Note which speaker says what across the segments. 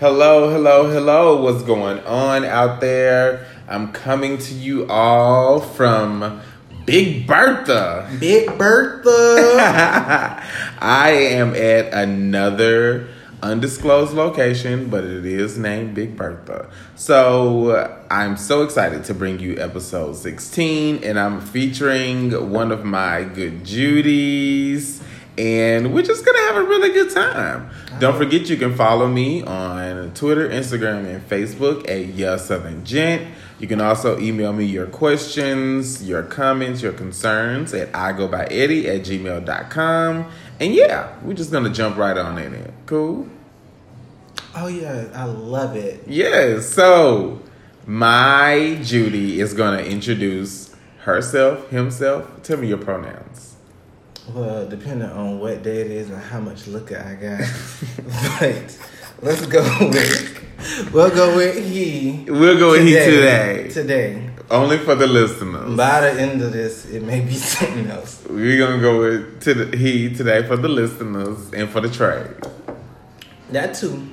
Speaker 1: Hello, hello, hello. What's going on out there? I'm coming to you all from Big Bertha.
Speaker 2: Big Bertha.
Speaker 1: I am at another undisclosed location, but it is named Big Bertha. So I'm so excited to bring you episode 16, and I'm featuring one of my good Judies. And we're just gonna have a really good time. Don't forget you can follow me on Twitter, Instagram, and Facebook at Yeah Southern Gent. You can also email me your questions, your comments, your concerns at I go by Eddie at gmail.com. And yeah, we're just gonna jump right on in it. Cool?
Speaker 2: oh yeah, I love it.
Speaker 1: Yes. So my Judy is gonna introduce herself, himself. Tell me your pronouns.
Speaker 2: Well, depending on what day it is and how much liquor I got, but let's go with we'll go with he.
Speaker 1: We'll go with he today.
Speaker 2: Today.
Speaker 1: Only for the listeners.
Speaker 2: By the end of this, it may be something else.
Speaker 1: We're gonna go with to the, he today for the listeners and for the trade.
Speaker 2: That too.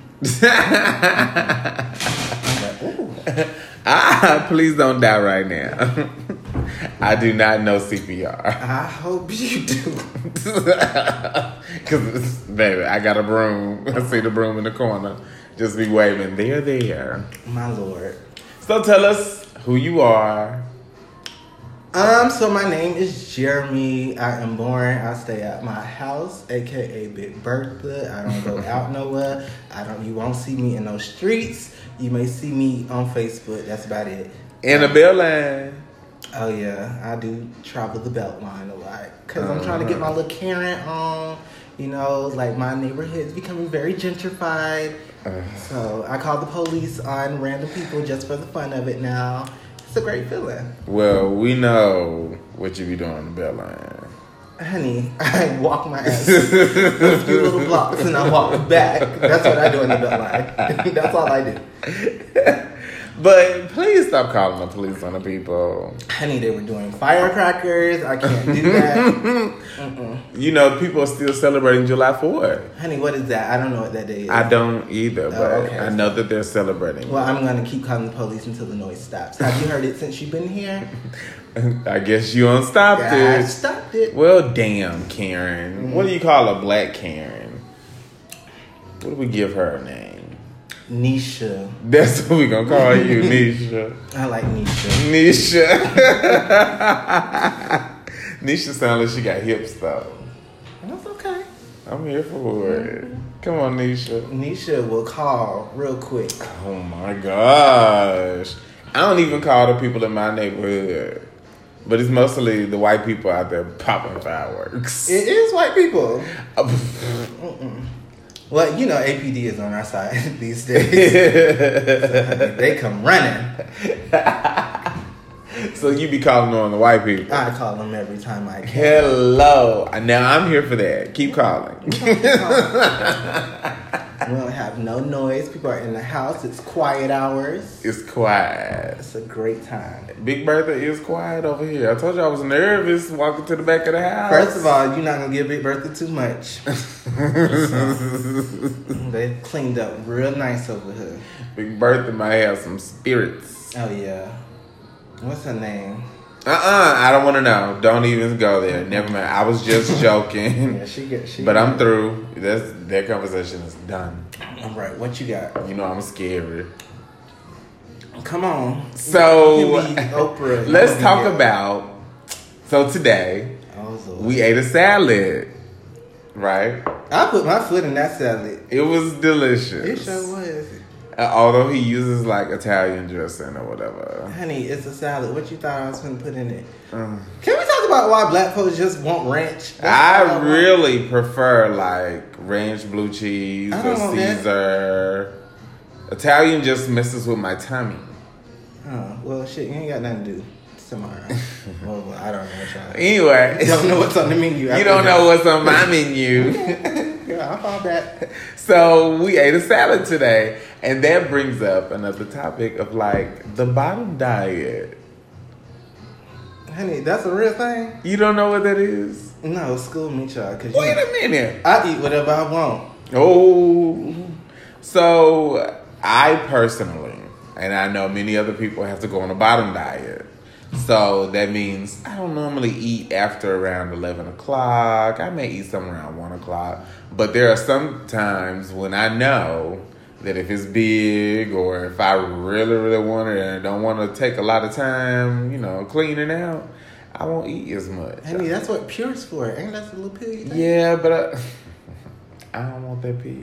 Speaker 1: Ah, please don't die right now. I do not know CPR.
Speaker 2: I hope you do.
Speaker 1: Cause baby, I got a broom. I see the broom in the corner. Just be waving. They're there.
Speaker 2: My lord.
Speaker 1: So tell us who you are.
Speaker 2: Um, so my name is Jeremy. I am born. I stay at my house, aka Big Bertha. I don't go out nowhere. I don't. You won't see me in those streets. You may see me on Facebook. That's about it.
Speaker 1: Annabelle line.
Speaker 2: Oh yeah, I do travel the Beltline a lot because I'm trying to get my little Karen on. You know, like my neighborhood's becoming very gentrified. So I call the police on random people just for the fun of it. Now it's a great feeling.
Speaker 1: Well, we know what you be doing on the bell line.
Speaker 2: Honey, I walk my ass a few little blocks and I walk back. That's what I do in the belt line. That's all I do.
Speaker 1: But please stop calling the police on the people.
Speaker 2: Honey, they were doing firecrackers. I can't do that.
Speaker 1: You know, people are still celebrating July 4th.
Speaker 2: Honey, what is that? I don't know what that day is.
Speaker 1: I don't either, but
Speaker 2: Oh, okay.
Speaker 1: I know that they're celebrating.
Speaker 2: well, I'm gonna keep calling the police until the noise stops. Have you heard it since you've been here?
Speaker 1: I guess you unstopped
Speaker 2: I
Speaker 1: it.
Speaker 2: stopped it.
Speaker 1: Well, damn,
Speaker 2: Mm-hmm.
Speaker 1: Karen. What do you call a black Karen? What do we give her a name?
Speaker 2: Nisha,
Speaker 1: That's what we gonna call you, Nisha.
Speaker 2: I like Nisha.
Speaker 1: Nisha. Nisha sounds like she got hips though.
Speaker 2: That's okay.
Speaker 1: I'm here for it.
Speaker 2: Mm-hmm.
Speaker 1: Come on, Nisha.
Speaker 2: Nisha will call real quick.
Speaker 1: Oh my gosh. I don't even call the people in my neighborhood. But it's mostly the white people out there popping fireworks.
Speaker 2: It is white people. Well, you know, APD is on our side these days. they come running.
Speaker 1: so you be calling on the white people.
Speaker 2: I call them every time I can.
Speaker 1: Hello. Now I'm here for that. Keep calling.
Speaker 2: We don't have no noise. People are in the house. It's quiet hours.
Speaker 1: It's quiet.
Speaker 2: It's a great time.
Speaker 1: Big Bertha is quiet over here. I told you I was nervous walking to the back of the house.
Speaker 2: First of all, you're not gonna give Big Bertha too much. they cleaned up real nice over here.
Speaker 1: Big Bertha might have some spirits.
Speaker 2: Oh yeah. What's her name?
Speaker 1: Uh uh I don't want to know. Don't even go there. Never mind. I was just joking.
Speaker 2: Yeah, she gets she.
Speaker 1: But I'm through. That's that conversation is done.
Speaker 2: all right. What you got?
Speaker 1: You know I'm scary.
Speaker 2: Come on.
Speaker 1: So
Speaker 2: You be Oprah.
Speaker 1: let's
Speaker 2: You
Speaker 1: talk
Speaker 2: be it.
Speaker 1: about. So today
Speaker 2: Oh, Lord.
Speaker 1: we ate a salad, right?
Speaker 2: I put my foot in that salad.
Speaker 1: It was
Speaker 2: It
Speaker 1: delicious.
Speaker 2: sure was.
Speaker 1: Uh, Although he uses like Italian dressing or whatever.
Speaker 2: Honey, it's a salad. What you thought I was gonna put in it? Can we talk about why black folks just want ranch? That's all
Speaker 1: Um. I
Speaker 2: want.
Speaker 1: really prefer like ranch blue cheese
Speaker 2: I
Speaker 1: or
Speaker 2: don't want that.
Speaker 1: Caesar. Italian just messes with my tummy.
Speaker 2: Oh, well, shit, you ain't got nothing to do tomorrow. well, well, I don't know what y'all.
Speaker 1: Anyway,
Speaker 2: You don't know what's on the menu.
Speaker 1: you don't know what's on my menu.
Speaker 2: Yeah, I'll fall back.
Speaker 1: So we ate a salad today, and that brings up another topic of like the bottom diet.
Speaker 2: Honey, that's a real thing.
Speaker 1: You don't know what that is?
Speaker 2: No, school me, y'all, cause you
Speaker 1: Wait a minute.
Speaker 2: I eat whatever I want.
Speaker 1: Oh, So I personally, and I know many other people have to go on a bottom diet. So that means I don't normally eat after around 11 o'clock. I may eat somewhere around 1 o'clock. But there are some times when I know that if it's big or if I really, really want it and don't want to take a lot of time, you know, cleaning out, I won't eat as much.
Speaker 2: I mean, that's what pure's for. Ain't that the little pill you take?
Speaker 1: yeah, but I, I don't want that pill.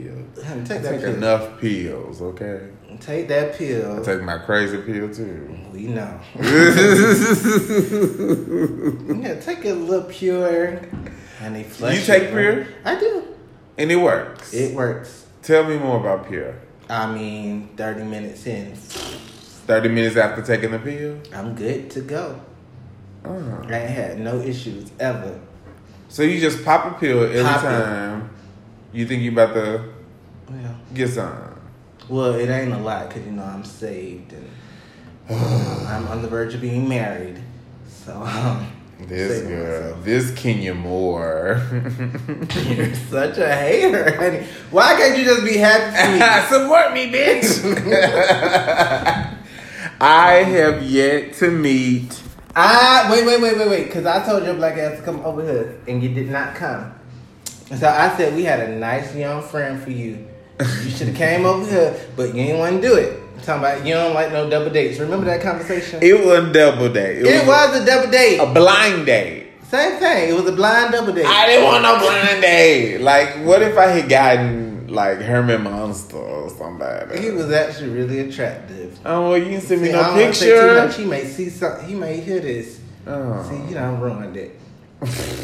Speaker 2: Honey,
Speaker 1: I
Speaker 2: take that
Speaker 1: take
Speaker 2: pill.
Speaker 1: enough pills, okay?
Speaker 2: Take that
Speaker 1: I
Speaker 2: pill.
Speaker 1: take my crazy pill too.
Speaker 2: We know. yeah, take a little pure. And they flush.
Speaker 1: You take
Speaker 2: it,
Speaker 1: Pure?
Speaker 2: right? I do.
Speaker 1: and it works.
Speaker 2: It works.
Speaker 1: Tell me more about Pure.
Speaker 2: I mean, 30 minutes in,
Speaker 1: 30 minutes after taking the pill?
Speaker 2: I'm good to go.
Speaker 1: Oh.
Speaker 2: I ain't had no issues ever.
Speaker 1: So you just pop a pill every
Speaker 2: Pop it.
Speaker 1: time you think you about to
Speaker 2: Well,
Speaker 1: get some.
Speaker 2: well, it ain't a lot because you know I'm saved and I'm on the verge of being married. So, um,
Speaker 1: This
Speaker 2: saving
Speaker 1: girl,
Speaker 2: myself.
Speaker 1: this Kenya Moore.
Speaker 2: You're such a hater, honey. Why can't you just be happy for me?
Speaker 1: Support me, bitch. I have yet to meet.
Speaker 2: I wait, wait, wait, wait, wait, because I told your black ass to come over here, and you did not come. And so I said we had a nice young friend for you. You should have came over here, but you didn't want to do it. Talking about you don't like no double dates. Remember that conversation? It,
Speaker 1: It was a double date. It, was,
Speaker 2: was a double date.
Speaker 1: a blind date.
Speaker 2: Same thing. It was a blind double date.
Speaker 1: I didn't want no blind date. Like, what if I had gotten like Herman Monster or somebody?
Speaker 2: he was actually really attractive.
Speaker 1: Oh well, you didn't send me
Speaker 2: See, I
Speaker 1: no
Speaker 2: don't wanna say too
Speaker 1: picture.
Speaker 2: much. He may see something. He may hear this.
Speaker 1: Oh.
Speaker 2: See, you done ruined it.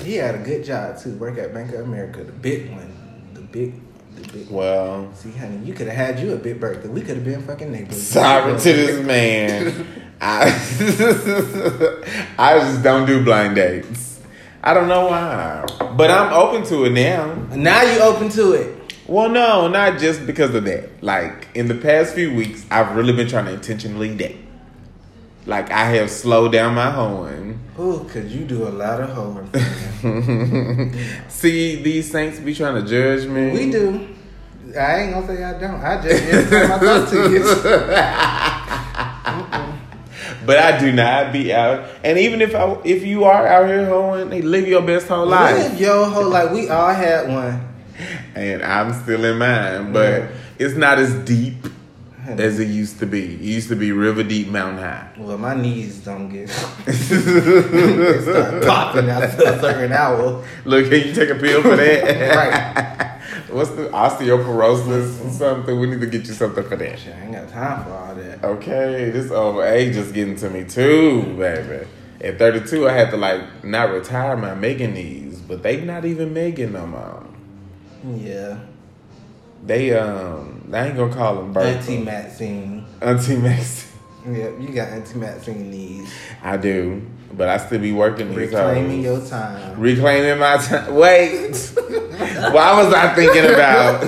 Speaker 2: he had a good job too. Work at Bank of America, the big one, the big, the big. one.
Speaker 1: Well,
Speaker 2: See, honey, you could have had you a big birthday. We could have been fucking neighbors.
Speaker 1: sorry to this man. I I just don't do blind dates. I don't know why, but I'm open to it now.
Speaker 2: Now you open to it.
Speaker 1: Well, no, not just because of that. Like in the past few weeks, I've really been trying to intentionally date. Like I have slowed down my horn.
Speaker 2: Ooh, cause you do a lot of hoeing.
Speaker 1: See, these saints be trying to judge me.
Speaker 2: we do. I ain't gonna say I don't. I just every time I talk to you.
Speaker 1: But I do not be out. And even if I, if you are out here hoeing, they live your best whole life.
Speaker 2: Live your whole life. We all had one.
Speaker 1: And I'm still in mine, but it's not as deep
Speaker 2: Honey.
Speaker 1: as it used to be. It used to be river deep, mountain high.
Speaker 2: Well, my knees don't get. they start popping after a certain hour.
Speaker 1: Look, can you take a pill for that?
Speaker 2: Right.
Speaker 1: What's the osteoporosis or something? We need to get you something for that.
Speaker 2: Shit, I ain't got time for all that.
Speaker 1: Okay, this old age is getting to me too, baby. At 32, I had to like not retire my Megan knees, but they not even Megan no more.
Speaker 2: Yeah.
Speaker 1: They um, I ain't gonna call them Bertha.
Speaker 2: Auntie Maxine.
Speaker 1: Auntie Maxine.
Speaker 2: Yep, you got Auntie Maxine knees.
Speaker 1: I do, but I still be working these
Speaker 2: Reclaiming
Speaker 1: hoes.
Speaker 2: your time.
Speaker 1: reclaiming my time. Wait, why was I thinking about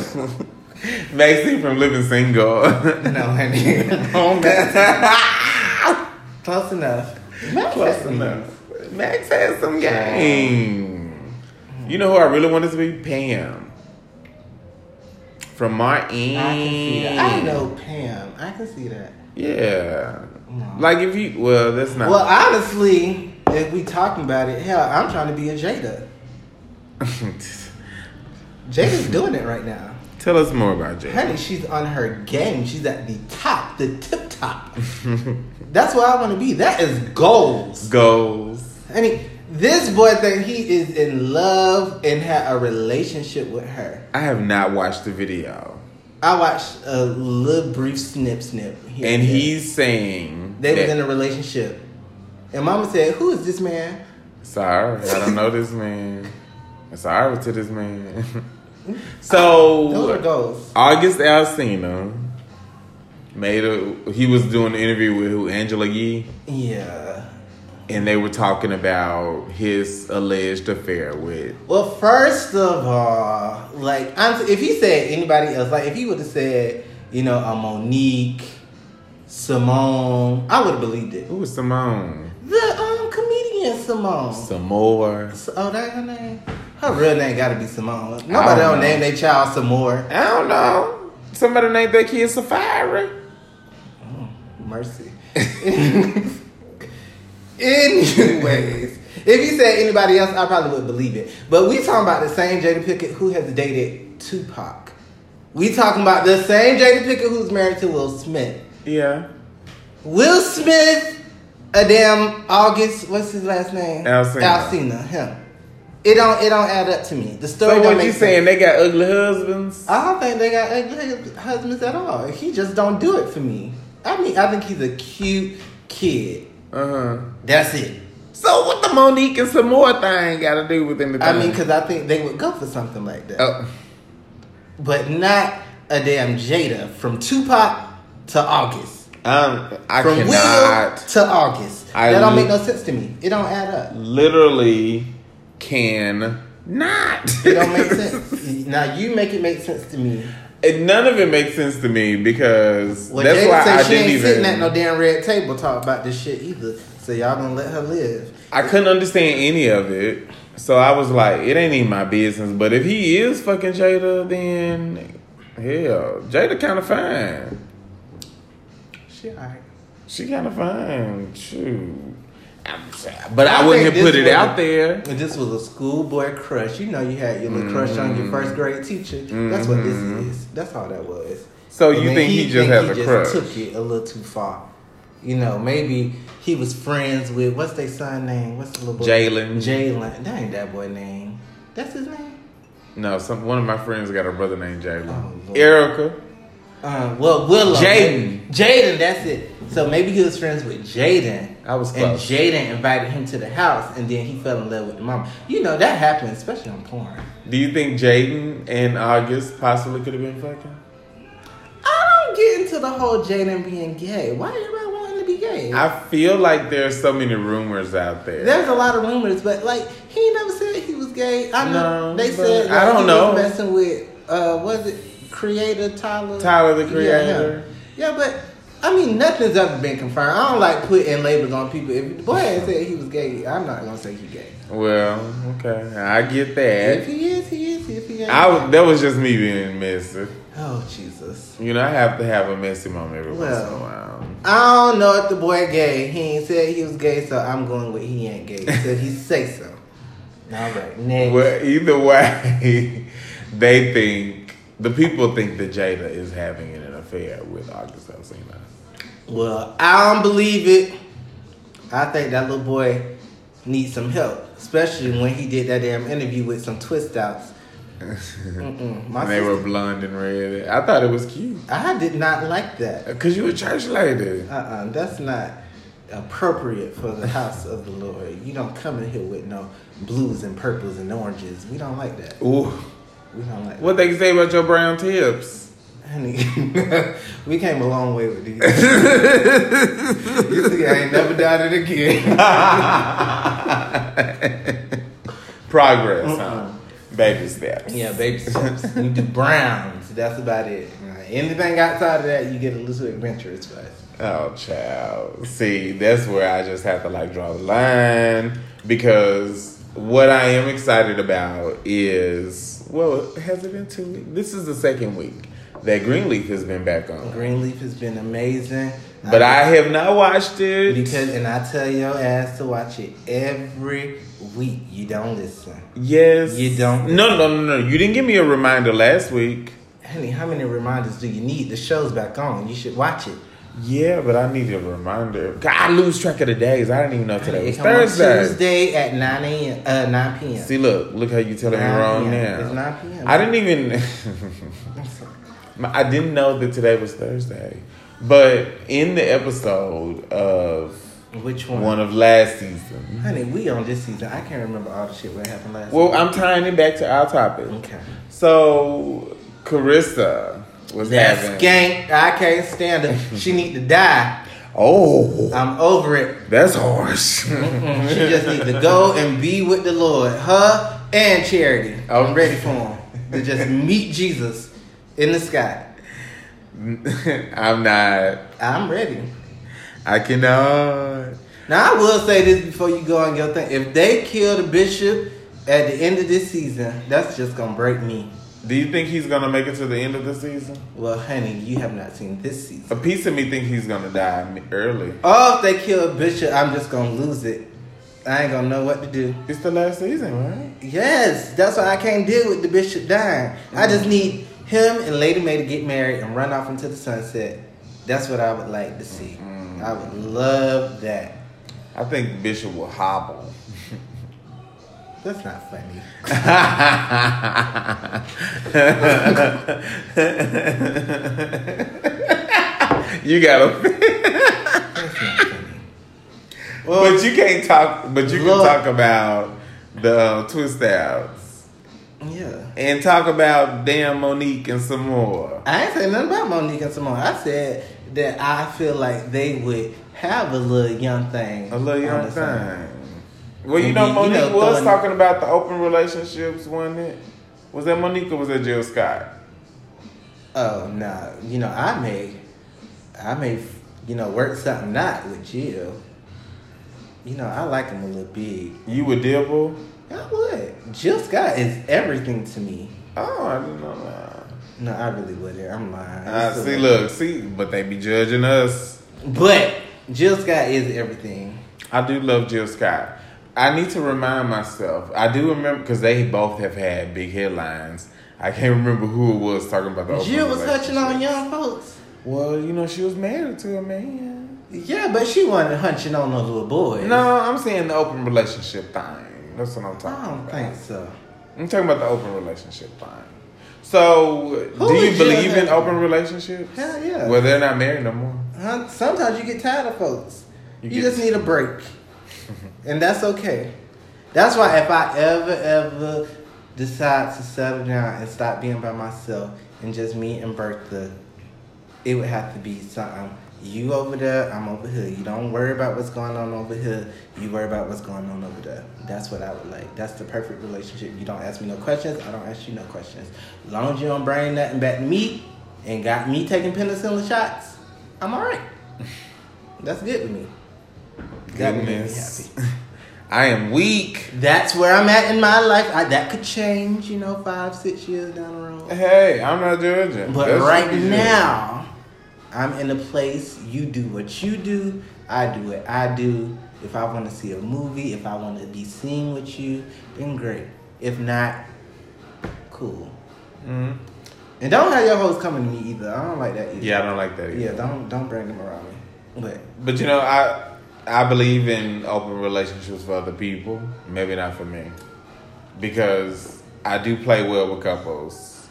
Speaker 1: Maxine from Living Single? Oh,
Speaker 2: No, honey.
Speaker 1: Home
Speaker 2: Close enough.
Speaker 1: Close enough. Max has some game. You know who I really wanted to be? Pam. From Martin.
Speaker 2: I can see that. I know Pam. I can see that.
Speaker 1: Yeah.
Speaker 2: No.
Speaker 1: Like if you well, that's not
Speaker 2: Well, honestly, if we talking about it, hell, I'm trying to be a Jada. Jada's doing it right now.
Speaker 1: Tell us more about Jay.
Speaker 2: Honey, she's on her game. She's at the top, the tip top. That's where I want to be. That is goals.
Speaker 1: Goals.
Speaker 2: Honey, this boy thing, he is in love and had a relationship with her.
Speaker 1: I have not watched the video.
Speaker 2: I watched a little brief snip snip. here
Speaker 1: And
Speaker 2: there.
Speaker 1: he's saying
Speaker 2: They
Speaker 1: that-
Speaker 2: was in a relationship. And mama said, Who is this man?
Speaker 1: Sorry, I don't know this man. Sorry to this man. so
Speaker 2: Those are goals.
Speaker 1: August Alsina made a. He was doing an interview with who Angela Yee,
Speaker 2: Yeah.
Speaker 1: and they were talking about his alleged affair with.
Speaker 2: Well, first of all, like I'm, if he said anybody else, like if he would have said, you know, a Monique, Simone, I would have believed it.
Speaker 1: Who was Simone?
Speaker 2: The um comedian Simone.
Speaker 1: Some more.
Speaker 2: So- oh, that her name. Her real name gotta be Simone. Nobody
Speaker 1: don't
Speaker 2: don't
Speaker 1: know.
Speaker 2: name their child Simone.
Speaker 1: I don't know. Somebody named their kid Sapphira.
Speaker 2: Mercy. Anyways, if you said anybody else, I probably would believe it. But we talking about the same Jada Pickett who has dated Tupac. We talking about the same Jada Pickett who's married to Will Smith.
Speaker 1: Yeah.
Speaker 2: Will Smith, a damn August. What's his last name?
Speaker 1: Alcina.
Speaker 2: Alcina. Him. It don't. It don't add up to me. The story.
Speaker 1: So
Speaker 2: don't
Speaker 1: what
Speaker 2: make
Speaker 1: you
Speaker 2: sense.
Speaker 1: saying? They got ugly husbands.
Speaker 2: I don't think they got ugly husbands at all. He just don't do it for me. I mean, I think he's a cute kid.
Speaker 1: Uh huh.
Speaker 2: That's it.
Speaker 1: So what the Monique and some more thing got to do with anything?
Speaker 2: I mean, because I think they would go for something like that,
Speaker 1: oh,
Speaker 2: but not a damn Jada from Tupac to August,
Speaker 1: um, I
Speaker 2: from Will
Speaker 1: cannot
Speaker 2: to August.
Speaker 1: I
Speaker 2: that don't
Speaker 1: l-
Speaker 2: make no sense to me. It don't add up.
Speaker 1: literally can not.
Speaker 2: It don't make sense. now you make it make sense to me.
Speaker 1: And none of it makes sense to me because
Speaker 2: Well,
Speaker 1: that's
Speaker 2: Jada
Speaker 1: why
Speaker 2: said
Speaker 1: I
Speaker 2: she
Speaker 1: didn't
Speaker 2: ain't
Speaker 1: even.
Speaker 2: sitting at no damn red table talk about this shit either. So y'all gonna let her live?
Speaker 1: I couldn't understand any of it, so I was like, "It ain't even my business." But if he is fucking Jada, then hell, Jada kind of fine.
Speaker 2: She alright.
Speaker 1: She kind of fine. Shoot. I'm sad. But I, wouldn't have
Speaker 2: think
Speaker 1: put
Speaker 2: this
Speaker 1: it
Speaker 2: was-
Speaker 1: out there.
Speaker 2: And this was a schoolboy crush. You know, you had your little crush on your
Speaker 1: Mm-hmm.
Speaker 2: first grade teacher. That's what this is. That's all that was.
Speaker 1: So
Speaker 2: And
Speaker 1: you
Speaker 2: then
Speaker 1: think he just
Speaker 2: think
Speaker 1: has a crush?
Speaker 2: Took it a little too far. You know, maybe he was friends with what's their son name? What's the little boy?
Speaker 1: Jalen.
Speaker 2: Jalen. That ain't that boy name. That's his name.
Speaker 1: No, some one of my friends got a brother named Jalen.
Speaker 2: Oh, Lord.
Speaker 1: Erica.
Speaker 2: Uh, well, Willow.
Speaker 1: Jaden.
Speaker 2: Jaden. That's it. So maybe he was friends with Jaden.
Speaker 1: I was
Speaker 2: And
Speaker 1: close.
Speaker 2: Jaden invited him to the house, and then he fell in love with the mom. You know that happens, especially on porn.
Speaker 1: Do you think Jaden and August possibly could have been fucking?
Speaker 2: I don't get into the whole Jaden being gay. Why everybody want him to be gay?
Speaker 1: I feel like there's so many rumors out there.
Speaker 2: There's a lot of rumors, but like he never said he was gay. I know
Speaker 1: No,
Speaker 2: they
Speaker 1: but
Speaker 2: said
Speaker 1: I
Speaker 2: like,
Speaker 1: don't
Speaker 2: he
Speaker 1: know.
Speaker 2: was messing with uh was it creator Tyler
Speaker 1: Tyler, the
Speaker 2: Yeah,
Speaker 1: Creator.
Speaker 2: Yeah, Yeah, but. I mean, nothing's ever been confirmed. I don't like putting labels on people. If the boy had said he was gay, I'm not gonna say he gay.
Speaker 1: Well, okay, I get
Speaker 2: If
Speaker 1: that.
Speaker 2: he is, he is. If he ain't,
Speaker 1: I was- that was just me being messy.
Speaker 2: oh Jesus.
Speaker 1: You know, I have to have a messy moment every once in
Speaker 2: Well.
Speaker 1: a while.
Speaker 2: I don't know if the boy gay. He ain't said he was gay, so I'm going with he ain't gay. Said he say so. All right, next.
Speaker 1: Well, either way, they think the people think that Jada is having an affair with August Alsina.
Speaker 2: Well, I don't believe it. I think that little boy needs some help, especially when he did that damn interview with some twist outs. Mm-mm. My
Speaker 1: And they were
Speaker 2: sister-
Speaker 1: blonde and red. I thought it was cute
Speaker 2: I did not like that.
Speaker 1: because you a church lady.
Speaker 2: Uh uh that's not appropriate for the house of the Lord. You don't come in here with no blues and purples and oranges. We don't like that.
Speaker 1: Ooh,
Speaker 2: We don't like
Speaker 1: what they say about your brown tips?
Speaker 2: that. Honey, we came a long way with these. you see, I ain't never done it again.
Speaker 1: Progress,
Speaker 2: Uh-uh.
Speaker 1: huh? Baby steps.
Speaker 2: Yeah, baby steps. we do browns. That's about it. Right. Anything outside of that, you get a little adventurous. But
Speaker 1: Oh, child. See, that's where I just have to like draw the line because what I am excited about is well, has it been two weeks? This is the second week that Greenleaf has been back on,
Speaker 2: Greenleaf has been amazing.
Speaker 1: but I have not watched it
Speaker 2: because and I tell your ass to watch it every week. You don't listen,
Speaker 1: yes,
Speaker 2: You don't-
Speaker 1: No, no, no, no. You didn't give me a reminder last week.
Speaker 2: honey. How many reminders do you need? The show's back on. You should watch it.
Speaker 1: Yeah, but I need a reminder. God, I lose track of the days. I didn't even know today
Speaker 2: It
Speaker 1: was
Speaker 2: come on
Speaker 1: Thursday.
Speaker 2: Tuesday at nine a.m. Uh, nine p.m.
Speaker 1: See, look, look how you telling me
Speaker 2: 9
Speaker 1: wrong
Speaker 2: p.m.
Speaker 1: now.
Speaker 2: It's 9 p.m.
Speaker 1: I didn't even. My- I didn't know that today was Thursday, but in the episode of
Speaker 2: Which one?
Speaker 1: one of last season,
Speaker 2: Honey, we on this season. I can't remember all the shit what happened last.
Speaker 1: well, I'm tying it back to our topic.
Speaker 2: week. okay.
Speaker 1: So Carissa was
Speaker 2: That
Speaker 1: having
Speaker 2: skank, I can't stand her. She need to die.
Speaker 1: oh,
Speaker 2: I'm over it.
Speaker 1: that's harsh.
Speaker 2: She just need to go and be with the Lord, her and Charity. I'm ready for them to just meet Jesus in the sky.
Speaker 1: I'm not.
Speaker 2: I'm ready.
Speaker 1: I cannot.
Speaker 2: Now I will say this before you go on your thing: if they kill the bishop at the end of this season, that's just gonna break me.
Speaker 1: Do you think he's gonna make it to the end of the season?
Speaker 2: Well, honey, you have not seen this
Speaker 1: A
Speaker 2: season.
Speaker 1: piece of me think he's gonna die early.
Speaker 2: Oh, if they kill Bishop, I'm just gonna lose it. I ain't gonna know what to do.
Speaker 1: It's the last season, right?
Speaker 2: Yes, that's why I can't deal with the Bishop dying. I
Speaker 1: Mm.
Speaker 2: just need him and Lady May to get married and run off into the sunset. That's what I would like to see.
Speaker 1: Mm.
Speaker 2: I would love that.
Speaker 1: I think Bishop will hobble.
Speaker 2: That's not funny.
Speaker 1: You gotta,
Speaker 2: That's not funny. Well,
Speaker 1: but you can't talk. But you can
Speaker 2: Look.
Speaker 1: talk about the uh, twist outs
Speaker 2: yeah.
Speaker 1: and talk about damn Monique and some more.
Speaker 2: I ain't saying nothing about Monique and Simone. I said that I feel like they would have a little young thing.
Speaker 1: A little
Speaker 2: on
Speaker 1: young
Speaker 2: the side.
Speaker 1: thing. Well, you know,
Speaker 2: You know,
Speaker 1: Monique was
Speaker 2: throwing-
Speaker 1: talking about the open relationships, wasn't it? Was that Monique or was that Jill Scott?
Speaker 2: Oh no, you know I may, I may, you know work something out with Jill. You know I like him a little big.
Speaker 1: You were Dibble?
Speaker 2: I would. Jill Scott is everything to me.
Speaker 1: Oh, I didn't know that.
Speaker 2: No, I really wouldn't. I'm lying.
Speaker 1: Uh, see, look, see, but they be judging us.
Speaker 2: But Jill Scott is everything.
Speaker 1: I do love Jill Scott. I need to remind myself. I do remember because they both have had big headlines. I can't remember who it was talking about the open
Speaker 2: Jill was
Speaker 1: relationship.
Speaker 2: touching on young folks.
Speaker 1: Well, you know, she was married to a man.
Speaker 2: Yeah, but she wasn't hunching on no little boys.
Speaker 1: No, I'm saying the open relationship thing. That's what I'm talking
Speaker 2: I don't
Speaker 1: about.
Speaker 2: think so.
Speaker 1: I'm talking about the open relationship thing. So,
Speaker 2: Who
Speaker 1: do you
Speaker 2: is Jill
Speaker 1: believe in
Speaker 2: Scott?
Speaker 1: open relationships?
Speaker 2: Hell yeah.
Speaker 1: Well, they're not married no more.
Speaker 2: Huh? Sometimes you get tired of folks.
Speaker 1: You
Speaker 2: You,
Speaker 1: get-
Speaker 2: just need a break, and that's okay. That's why if I ever ever decide to settle down and stop being by myself and just me and Bertha, it would have to be something. You over there, I'm over here. You don't worry about what's going on over here. You worry about what's going on over there. That's what I would like. That's the perfect relationship. You don't ask me no questions. I don't ask you no questions. As long as you don't bring nothing back to me and got me taking penicillin shots, I'm all right. That's good with me. That would make me
Speaker 1: Goodness. I am weak.
Speaker 2: That's where I'm at in my life. I, that could change, you know, five, six years down the road.
Speaker 1: Hey, I'm not judging.
Speaker 2: But
Speaker 1: That's
Speaker 2: right
Speaker 1: what you do.
Speaker 2: now, I'm in a place. You do what you do. I do what I do. If I want to see a movie, if I want to be seen with you, then great. If not, cool.
Speaker 1: Mhm.
Speaker 2: And don't have your hoes coming to me either. I don't like that either.
Speaker 1: Yeah, I don't like that either.
Speaker 2: yeah. Don't don't bring them around me. But
Speaker 1: But you know, I I believe in open relationships for other people. Maybe not for me, because I do play well with couples.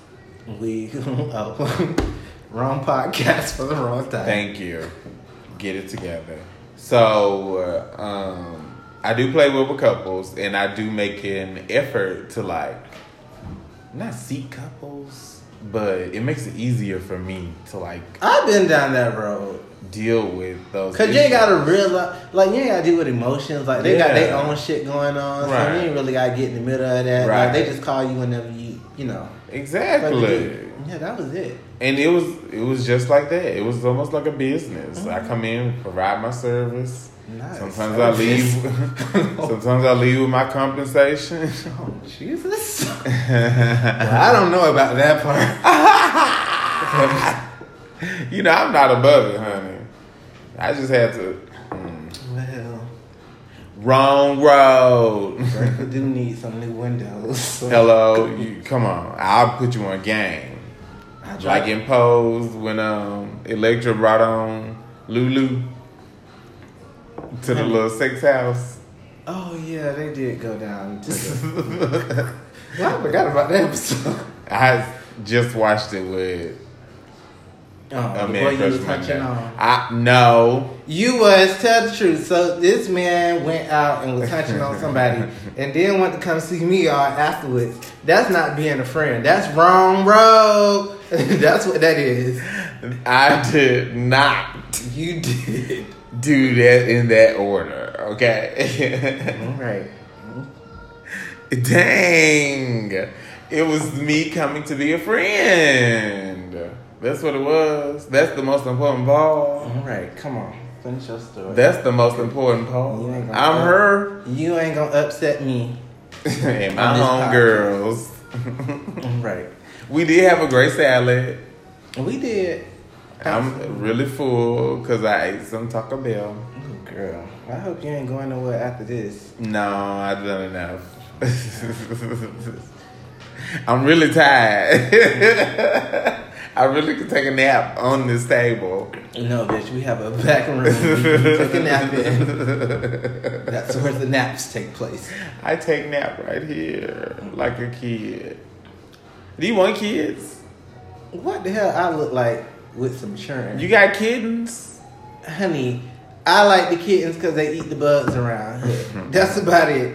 Speaker 2: we oh, wrong podcast for the wrong time.
Speaker 1: Thank you. Get it together. So uh, um, I do play well with couples, and I do make an effort to like not seek couples, but it makes it easier for me to like
Speaker 2: I've been down that road.
Speaker 1: deal with those.
Speaker 2: Cause you ain't
Speaker 1: issues.
Speaker 2: gotta realize, like you ain't gotta deal with emotions. Like they got their
Speaker 1: Yeah.
Speaker 2: own shit going on, so
Speaker 1: Right.
Speaker 2: you ain't really gotta get in the middle of that.
Speaker 1: Right.
Speaker 2: Like they just call you whenever you, you know. like you
Speaker 1: exactly.
Speaker 2: do. Yeah, that was it.
Speaker 1: and it was it was just like that. It was almost like a business. I come in, provide my service.
Speaker 2: Mm-hmm. Nice.
Speaker 1: Sometimes I leave. sometimes I leave with my compensation.
Speaker 2: Oh Jesus! Well, I don't know about that part.
Speaker 1: you know, I'm not above it, honey. I just had to. mm.
Speaker 2: Well,
Speaker 1: Wrong road.
Speaker 2: Franklin do need some new windows. so-
Speaker 1: Hello, you come on. I'll put you on game.
Speaker 2: I tried-
Speaker 1: Like in Pose when um Electra brought on Lulu to the little sex house.
Speaker 2: Oh yeah, they did go down. To the... well, I forgot about that episode.
Speaker 1: I just watched it with
Speaker 2: Oh,
Speaker 1: a
Speaker 2: the boy
Speaker 1: man
Speaker 2: you was
Speaker 1: crush
Speaker 2: touching
Speaker 1: Monday.
Speaker 2: on.
Speaker 1: I no.
Speaker 2: You was tell the truth. So this man went out and was hunching on somebody, and then went to come see me all afterwards. That's not being a friend. That's wrong road. That's what that is.
Speaker 1: I did not
Speaker 2: You did.
Speaker 1: do that in that order, okay?
Speaker 2: All right.
Speaker 1: Dang. It was me coming to be a friend. That's what it was. That's the most important part.
Speaker 2: All right. Come on. Finish your story.
Speaker 1: That's the most important part.
Speaker 2: You ain't gonna-
Speaker 1: I'm her
Speaker 2: you ain't gonna upset me.
Speaker 1: and
Speaker 2: On
Speaker 1: my
Speaker 2: this
Speaker 1: homegirls.
Speaker 2: All right.
Speaker 1: We did have a great salad.
Speaker 2: We did.
Speaker 1: I'm really full because I ate some Taco Bell.
Speaker 2: Ooh, girl, I hope you ain't going nowhere after this.
Speaker 1: No, I've done enough. I'm really tired. I really could take a nap on this table.
Speaker 2: No, bitch, we have a back room. You can take a nap in. That's where the naps take place.
Speaker 1: I take nap right here like a kid. Do you want kids?
Speaker 2: What the hell I look like with some churn?
Speaker 1: You got kittens?
Speaker 2: honey, I like the kittens because they eat the bugs around. here. That's about it.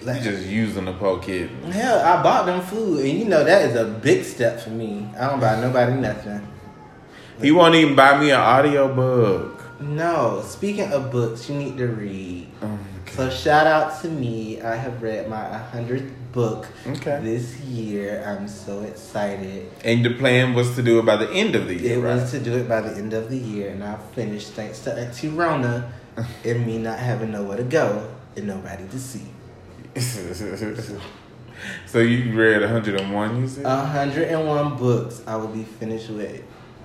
Speaker 1: You
Speaker 2: Like,
Speaker 1: just using the poor kitten.
Speaker 2: hell, I bought them food, and you know that is a big step for me. I don't buy nobody nothing.
Speaker 1: He won't even buy me an audio book.
Speaker 2: No, speaking of books, you need to read. So shout out to me. I have read my 100th book
Speaker 1: Okay.
Speaker 2: this year. I'm so excited.
Speaker 1: And the plan was to do it by the end of the year,
Speaker 2: It
Speaker 1: right?
Speaker 2: was to do it by the end of the year, and I finished thanks to Auntie Rona and me not having nowhere to go and nobody to see.
Speaker 1: so you read 101, you
Speaker 2: Uh,
Speaker 1: said?
Speaker 2: 101 books. I will be finished with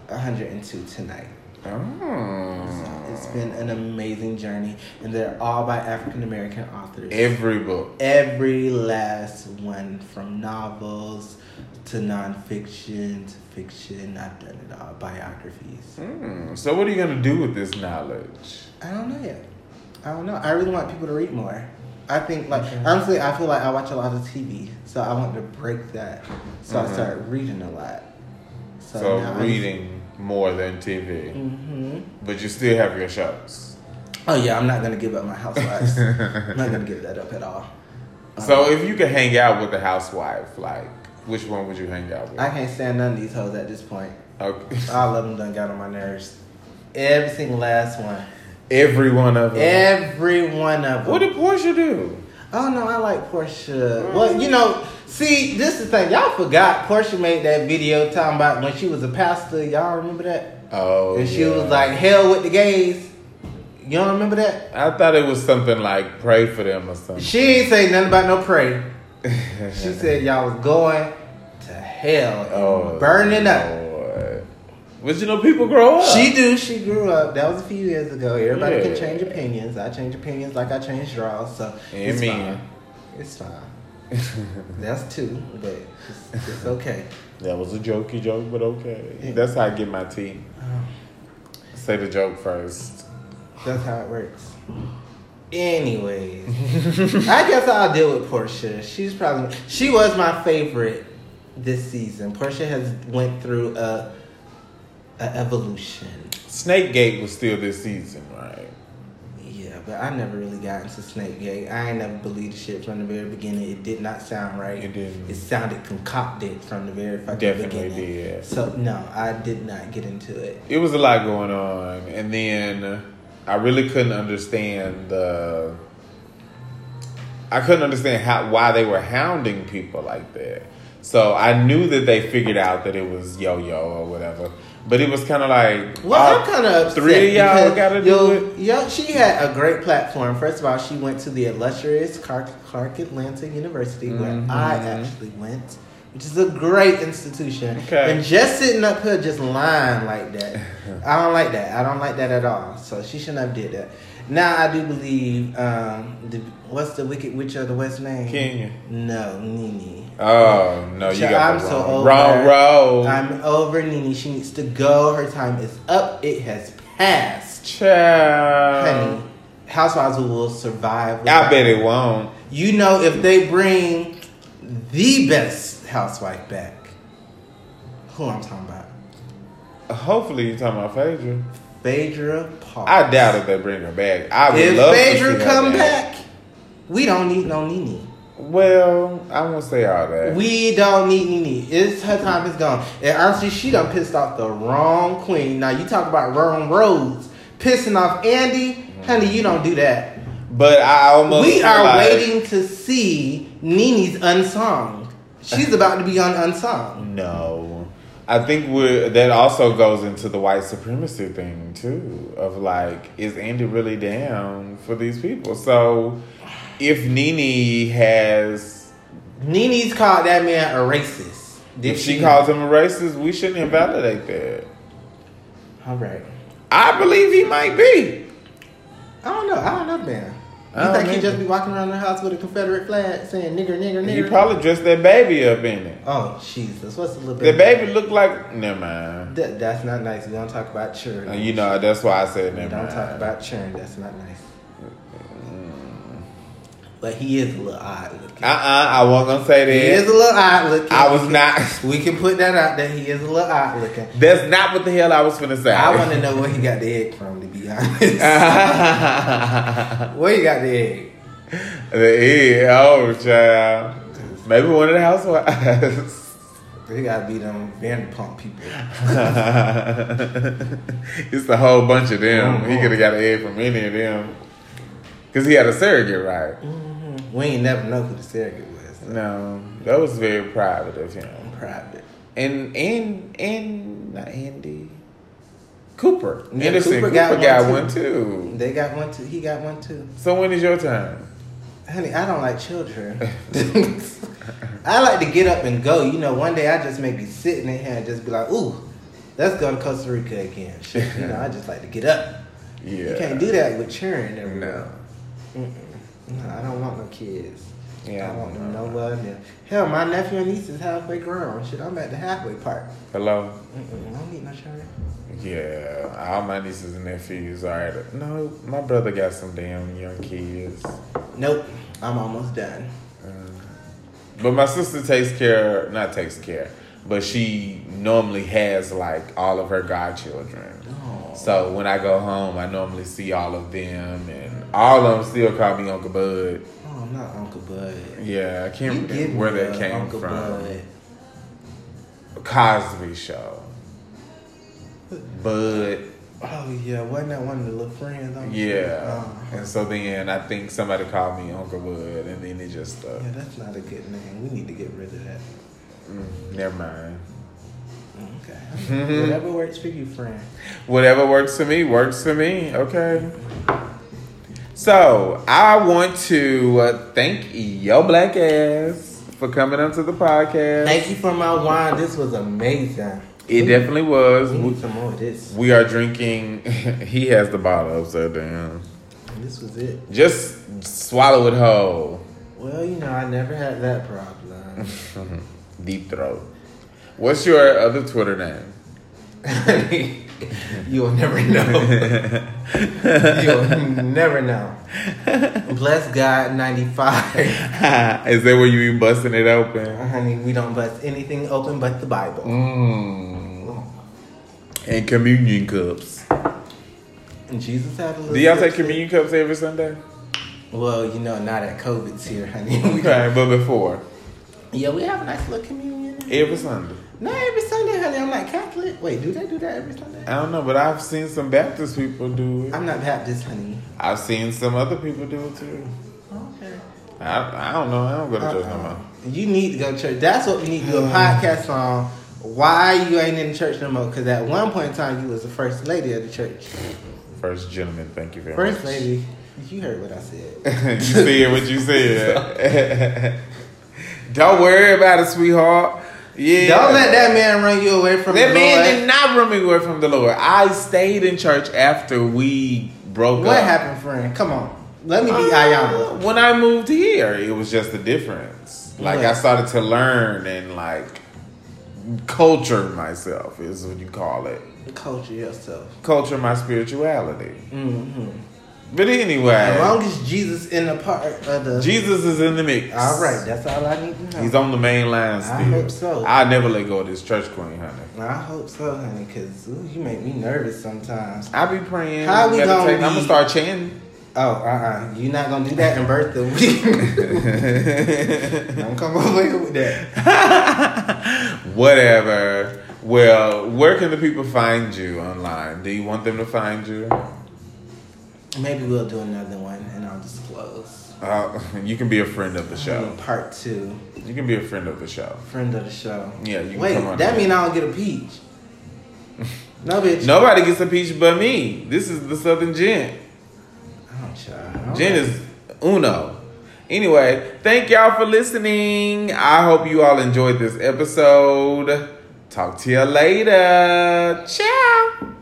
Speaker 2: 102 tonight.
Speaker 1: oh.
Speaker 2: It's been an amazing journey, and they're all by African American authors.
Speaker 1: Every book.
Speaker 2: every last one from novels to nonfiction to fiction. I've done it all. Biographies.
Speaker 1: Hmm. So what are you gonna do with this knowledge?
Speaker 2: I don't know yet. I don't know. I really want people to read more. I think, like, honestly, I feel like I watch a lot of TV, so I want to break that. So I started reading a lot.
Speaker 1: Mm-hmm. So,
Speaker 2: now I'm-
Speaker 1: reading more than TV,
Speaker 2: Mhm.
Speaker 1: but you still have your shows.
Speaker 2: Oh yeah, I'm not gonna give up my housewives. I'm not gonna give that up at all. Uh-huh.
Speaker 1: so if you could hang out with the housewife, like which one would you hang out with?
Speaker 2: I can't stand none of these hoes at this point.
Speaker 1: okay.
Speaker 2: All of them done got on my nerves. Every single last one.
Speaker 1: Every one of them.
Speaker 2: Every one of them.
Speaker 1: Oh. what did Portia do?
Speaker 2: oh no, I like Portia. Well, you know, see, this is the thing. Y'all forgot Portia made that video talking about when she was a pastor. Y'all remember that?
Speaker 1: Oh,
Speaker 2: and she
Speaker 1: yeah.
Speaker 2: was like, "Hell with the gays." You don't remember that?
Speaker 1: I thought it was something like pray for them or something.
Speaker 2: She ain't say nothing about no pray. She said y'all was going to hell and
Speaker 1: Oh,
Speaker 2: burning up.
Speaker 1: Lord. But you know, people grow up.
Speaker 2: She do. She grew up. That was a few years ago. Everybody can
Speaker 1: Yeah.
Speaker 2: change opinions. I change opinions like I change draws. So
Speaker 1: Yeah,
Speaker 2: it's
Speaker 1: me.
Speaker 2: fine. It's fine. That's two, but it's, it's okay.
Speaker 1: That was a jokey joke, but okay. That's how I get my tea.
Speaker 2: Oh.
Speaker 1: Say the joke first.
Speaker 2: That's how it works. Anyways, I guess I'll deal with Portia. She's probably she was my favorite this season. Portia has went through a, a evolution.
Speaker 1: Snake Gate was still this season, right?
Speaker 2: Yeah, but I never really got into Snake Gate. I ain't never believed the shit from the very beginning. It did not sound right.
Speaker 1: It didn't.
Speaker 2: It sounded concocted from the very fucking
Speaker 1: Definitely
Speaker 2: beginning.
Speaker 1: did.
Speaker 2: So no, I did not get into it.
Speaker 1: It was a lot going on, and then I really couldn't understand the. I couldn't understand how why they were hounding people like that. So I knew that they figured out that it was yo yo or whatever, but it was kind of like oh,
Speaker 2: Well,
Speaker 1: all
Speaker 2: I'm kind of upset.
Speaker 1: Uh, three of y'all
Speaker 2: because
Speaker 1: gotta
Speaker 2: yo,
Speaker 1: do it.
Speaker 2: Yo, she had a great platform. First of all, she went to the illustrious Clark, Clark Atlanta University, where
Speaker 1: Mm-hmm.
Speaker 2: I actually went, which is a great institution.
Speaker 1: Okay.
Speaker 2: And just sitting up here, just lying like that, I don't like that. I don't like that at all. So she shouldn't have did that. Now I do believe um, the, what's the Wicked Witch of the West name?
Speaker 1: Kenya.
Speaker 2: No, Nene.
Speaker 1: Oh no, you
Speaker 2: Child,
Speaker 1: got
Speaker 2: I'm
Speaker 1: the
Speaker 2: so
Speaker 1: wrong wrong
Speaker 2: over.
Speaker 1: road.
Speaker 2: I'm over Nene. She needs to go. Her time is up. It has passed. Honey,
Speaker 1: Child.
Speaker 2: Housewives will
Speaker 1: Um,
Speaker 2: survive.
Speaker 1: I
Speaker 2: without-
Speaker 1: bet it won't.
Speaker 2: You know, if they bring the best housewife back, who I'm talking about?
Speaker 1: Hopefully, you're talking about Phaedra.
Speaker 2: Phaedra Parks.
Speaker 1: I doubt if they bring her back. I would
Speaker 2: If
Speaker 1: love to
Speaker 2: Phaedra
Speaker 1: see
Speaker 2: come
Speaker 1: her
Speaker 2: back, we don't need no Nene.
Speaker 1: Well, I won't say all that.
Speaker 2: We don't need Nene. It's her time is gone. And honestly, she done pissed off the wrong queen. Now you talk about wrong roads, pissing off Andy, honey. You don't do that.
Speaker 1: but I almost
Speaker 2: we
Speaker 1: feel
Speaker 2: are
Speaker 1: like-
Speaker 2: waiting to see Nene's unsung. She's about to be on unsung.
Speaker 1: No, I think we're that also goes into the white supremacy thing too. Of like, is Andy really down for these people? So, if Nene has
Speaker 2: Nene's called that man a racist. Did
Speaker 1: if she calls him a racist, we shouldn't invalidate that.
Speaker 2: All right.
Speaker 1: I believe he might be.
Speaker 2: I don't know. I don't know, man.
Speaker 1: I
Speaker 2: You
Speaker 1: don't
Speaker 2: think he
Speaker 1: either.
Speaker 2: just be walking around the house with a Confederate flag saying nigger, nigger,
Speaker 1: He
Speaker 2: nigger?
Speaker 1: probably dressed that baby up in it.
Speaker 2: Oh, Jesus. What's the little
Speaker 1: The
Speaker 2: baby?
Speaker 1: baby looked like. Never mind.
Speaker 2: That, that's not nice. We don't talk about children.
Speaker 1: Uh, You know that's why I said
Speaker 2: We
Speaker 1: never
Speaker 2: don't
Speaker 1: mind.
Speaker 2: talk about children. That's not nice. But he is a little odd looking.
Speaker 1: Uh uh Mm. I wasn't gonna say
Speaker 2: he
Speaker 1: that.
Speaker 2: is a little odd looking.
Speaker 1: I was not.
Speaker 2: We can put that out there. He is a little odd looking.
Speaker 1: That's not what the hell I was gonna say.
Speaker 2: I want to know where he got the egg from, to be
Speaker 1: Uh-huh.
Speaker 2: honest.
Speaker 1: to.
Speaker 2: where he got the egg?
Speaker 1: the E. Oh, child. Maybe one of the housewives.
Speaker 2: They gotta be them Vanderpump people.
Speaker 1: it's a whole bunch of them.
Speaker 2: Oh.
Speaker 1: He could have got an egg from any of them. Because he had a surrogate, right? Mm-hmm.
Speaker 2: We ain't never know who the surrogate was.
Speaker 1: No, that was very private of him.
Speaker 2: Private.
Speaker 1: And, and, and, not Andy. Cooper.
Speaker 2: Yeah,
Speaker 1: Anderson Cooper,
Speaker 2: Cooper got
Speaker 1: got
Speaker 2: one,
Speaker 1: one too.
Speaker 2: They got one too. He got one too.
Speaker 1: So when is your time?
Speaker 2: Honey, I don't like children. I like to get up and go. You know, one day I just may be sitting in here and just be like, ooh, let's go to Costa Rica again. Shit, you know, I just like to get up.
Speaker 1: Yeah.
Speaker 2: You can't do that with children everywhere.
Speaker 1: No.
Speaker 2: No. no, I don't want no kids.
Speaker 1: Yeah.
Speaker 2: I want them nowhere near. Hell, my nephew and niece is halfway grown. Shit, I'm at the halfway part.
Speaker 1: Hello.
Speaker 2: Mm-mm, I don't need no children.
Speaker 1: Yeah, all my nieces and nephews are. At, no, my brother got some damn young kids.
Speaker 2: Nope, I'm almost done.
Speaker 1: But my sister takes care, not takes care, but she normally has like all of her godchildren.
Speaker 2: Oh.
Speaker 1: So when I go home, I normally see all of them, and all of them still call me Uncle Bud.
Speaker 2: Oh, I'm not Uncle Bud.
Speaker 1: Yeah, I
Speaker 2: You
Speaker 1: can't
Speaker 2: give
Speaker 1: remember where
Speaker 2: me
Speaker 1: that
Speaker 2: a
Speaker 1: came
Speaker 2: Uncle
Speaker 1: from.
Speaker 2: Bud.
Speaker 1: Cosby Show. Bud.
Speaker 2: Oh yeah, wasn't that one of the little friends? on the
Speaker 1: Yeah.
Speaker 2: show? Uh,
Speaker 1: And so then I think somebody called me Uncle Bud, and then it just uh,
Speaker 2: Oh, yeah, that's not a good name. We need to get rid of that.
Speaker 1: mm, never mind.
Speaker 2: Okay. Whatever works for you, friend.
Speaker 1: Whatever works for me works for me. Okay. So I want to uh, thank your black ass for coming onto the podcast.
Speaker 2: Thank you for my wine. This was amazing.
Speaker 1: It definitely was.
Speaker 2: We need
Speaker 1: We-
Speaker 2: some more of this.
Speaker 1: We are drinking. he has the bottle upside down.
Speaker 2: This was it.
Speaker 1: Just swallow it whole.
Speaker 2: Well, you know, I never had that problem.
Speaker 1: Deep throat. What's your other Twitter name?
Speaker 2: You'll never know. You'll never know. Bless God, ninety five.
Speaker 1: Is that where you be busting it open?
Speaker 2: Honey, we don't bust anything open but the Bible. Hmm.
Speaker 1: Mm. And communion cups.
Speaker 2: And Jesus had a little.
Speaker 1: Do y'all
Speaker 2: sip,
Speaker 1: take
Speaker 2: sip.
Speaker 1: communion cups every Sunday?
Speaker 2: Well, you know, not at COVID's here, honey. We-
Speaker 1: Okay, but before.
Speaker 2: yeah, we have a nice little communion.
Speaker 1: Every Sunday.
Speaker 2: Not every Sunday, honey. I'm not Catholic. Wait, do they do that every Sunday?
Speaker 1: I don't know, but I've seen some Baptist people do it.
Speaker 2: I'm not Baptist, honey.
Speaker 1: I've seen some other people do it too.
Speaker 2: Okay.
Speaker 1: I, I don't know. I don't go to church no more.
Speaker 2: Uh, You need to go to church. That's what we need
Speaker 1: Mm.
Speaker 2: to do a podcast on. Why you ain't in church no more? Because at one point in time, you was the first lady of the church.
Speaker 1: First gentleman, thank you very
Speaker 2: First
Speaker 1: much.
Speaker 2: lady. You heard what I
Speaker 1: you
Speaker 2: said.
Speaker 1: said what you said. don't worry about it, sweetheart. Yeah.
Speaker 2: Don't let that man run you away from
Speaker 1: That
Speaker 2: the
Speaker 1: man
Speaker 2: Lord.
Speaker 1: did not run me away from the Lord. I stayed in church after we broke
Speaker 2: What
Speaker 1: up.
Speaker 2: happened, friend? Come on. Let me be
Speaker 1: Uh,
Speaker 2: Ayana.
Speaker 1: When I moved here, it was just the difference. Like
Speaker 2: Yeah.
Speaker 1: I started to learn and like culture myself is what you call it.
Speaker 2: Culture yourself.
Speaker 1: Culture my spirituality.
Speaker 2: Mm-hmm.
Speaker 1: But
Speaker 2: As
Speaker 1: anyway,
Speaker 2: long as Jesus in the part of the
Speaker 1: Jesus is in the mix.
Speaker 2: All right, that's all I need to know.
Speaker 1: He's on the main line still.
Speaker 2: I hope so.
Speaker 1: I'll never let go of this church queen, honey.
Speaker 2: I hope so, honey, because you make me nervous sometimes.
Speaker 1: I be praying.
Speaker 2: How we gonna
Speaker 1: I'm gonna
Speaker 2: be-
Speaker 1: start chanting.
Speaker 2: Oh, uh uh-uh. you not going to do that in birth the week. Don't come away with that.
Speaker 1: Whatever. Well, where can the people find you online? Do you want them to find you?
Speaker 2: Maybe we'll do another one and I'll disclose.
Speaker 1: Uh, you can be a friend of the show.
Speaker 2: Honey, Part two.
Speaker 1: You can be a friend of the show.
Speaker 2: Friend of the show.
Speaker 1: Yeah, you can
Speaker 2: Wait,
Speaker 1: come on
Speaker 2: that
Speaker 1: in.
Speaker 2: mean I don't get a peach. No, bitch.
Speaker 1: Nobody gets a peach but me. This is the Southern Gin.
Speaker 2: Oh, child.
Speaker 1: Gin is uno. Anyway, thank y'all for listening. I hope you all enjoyed this episode. Talk to you later. Ciao.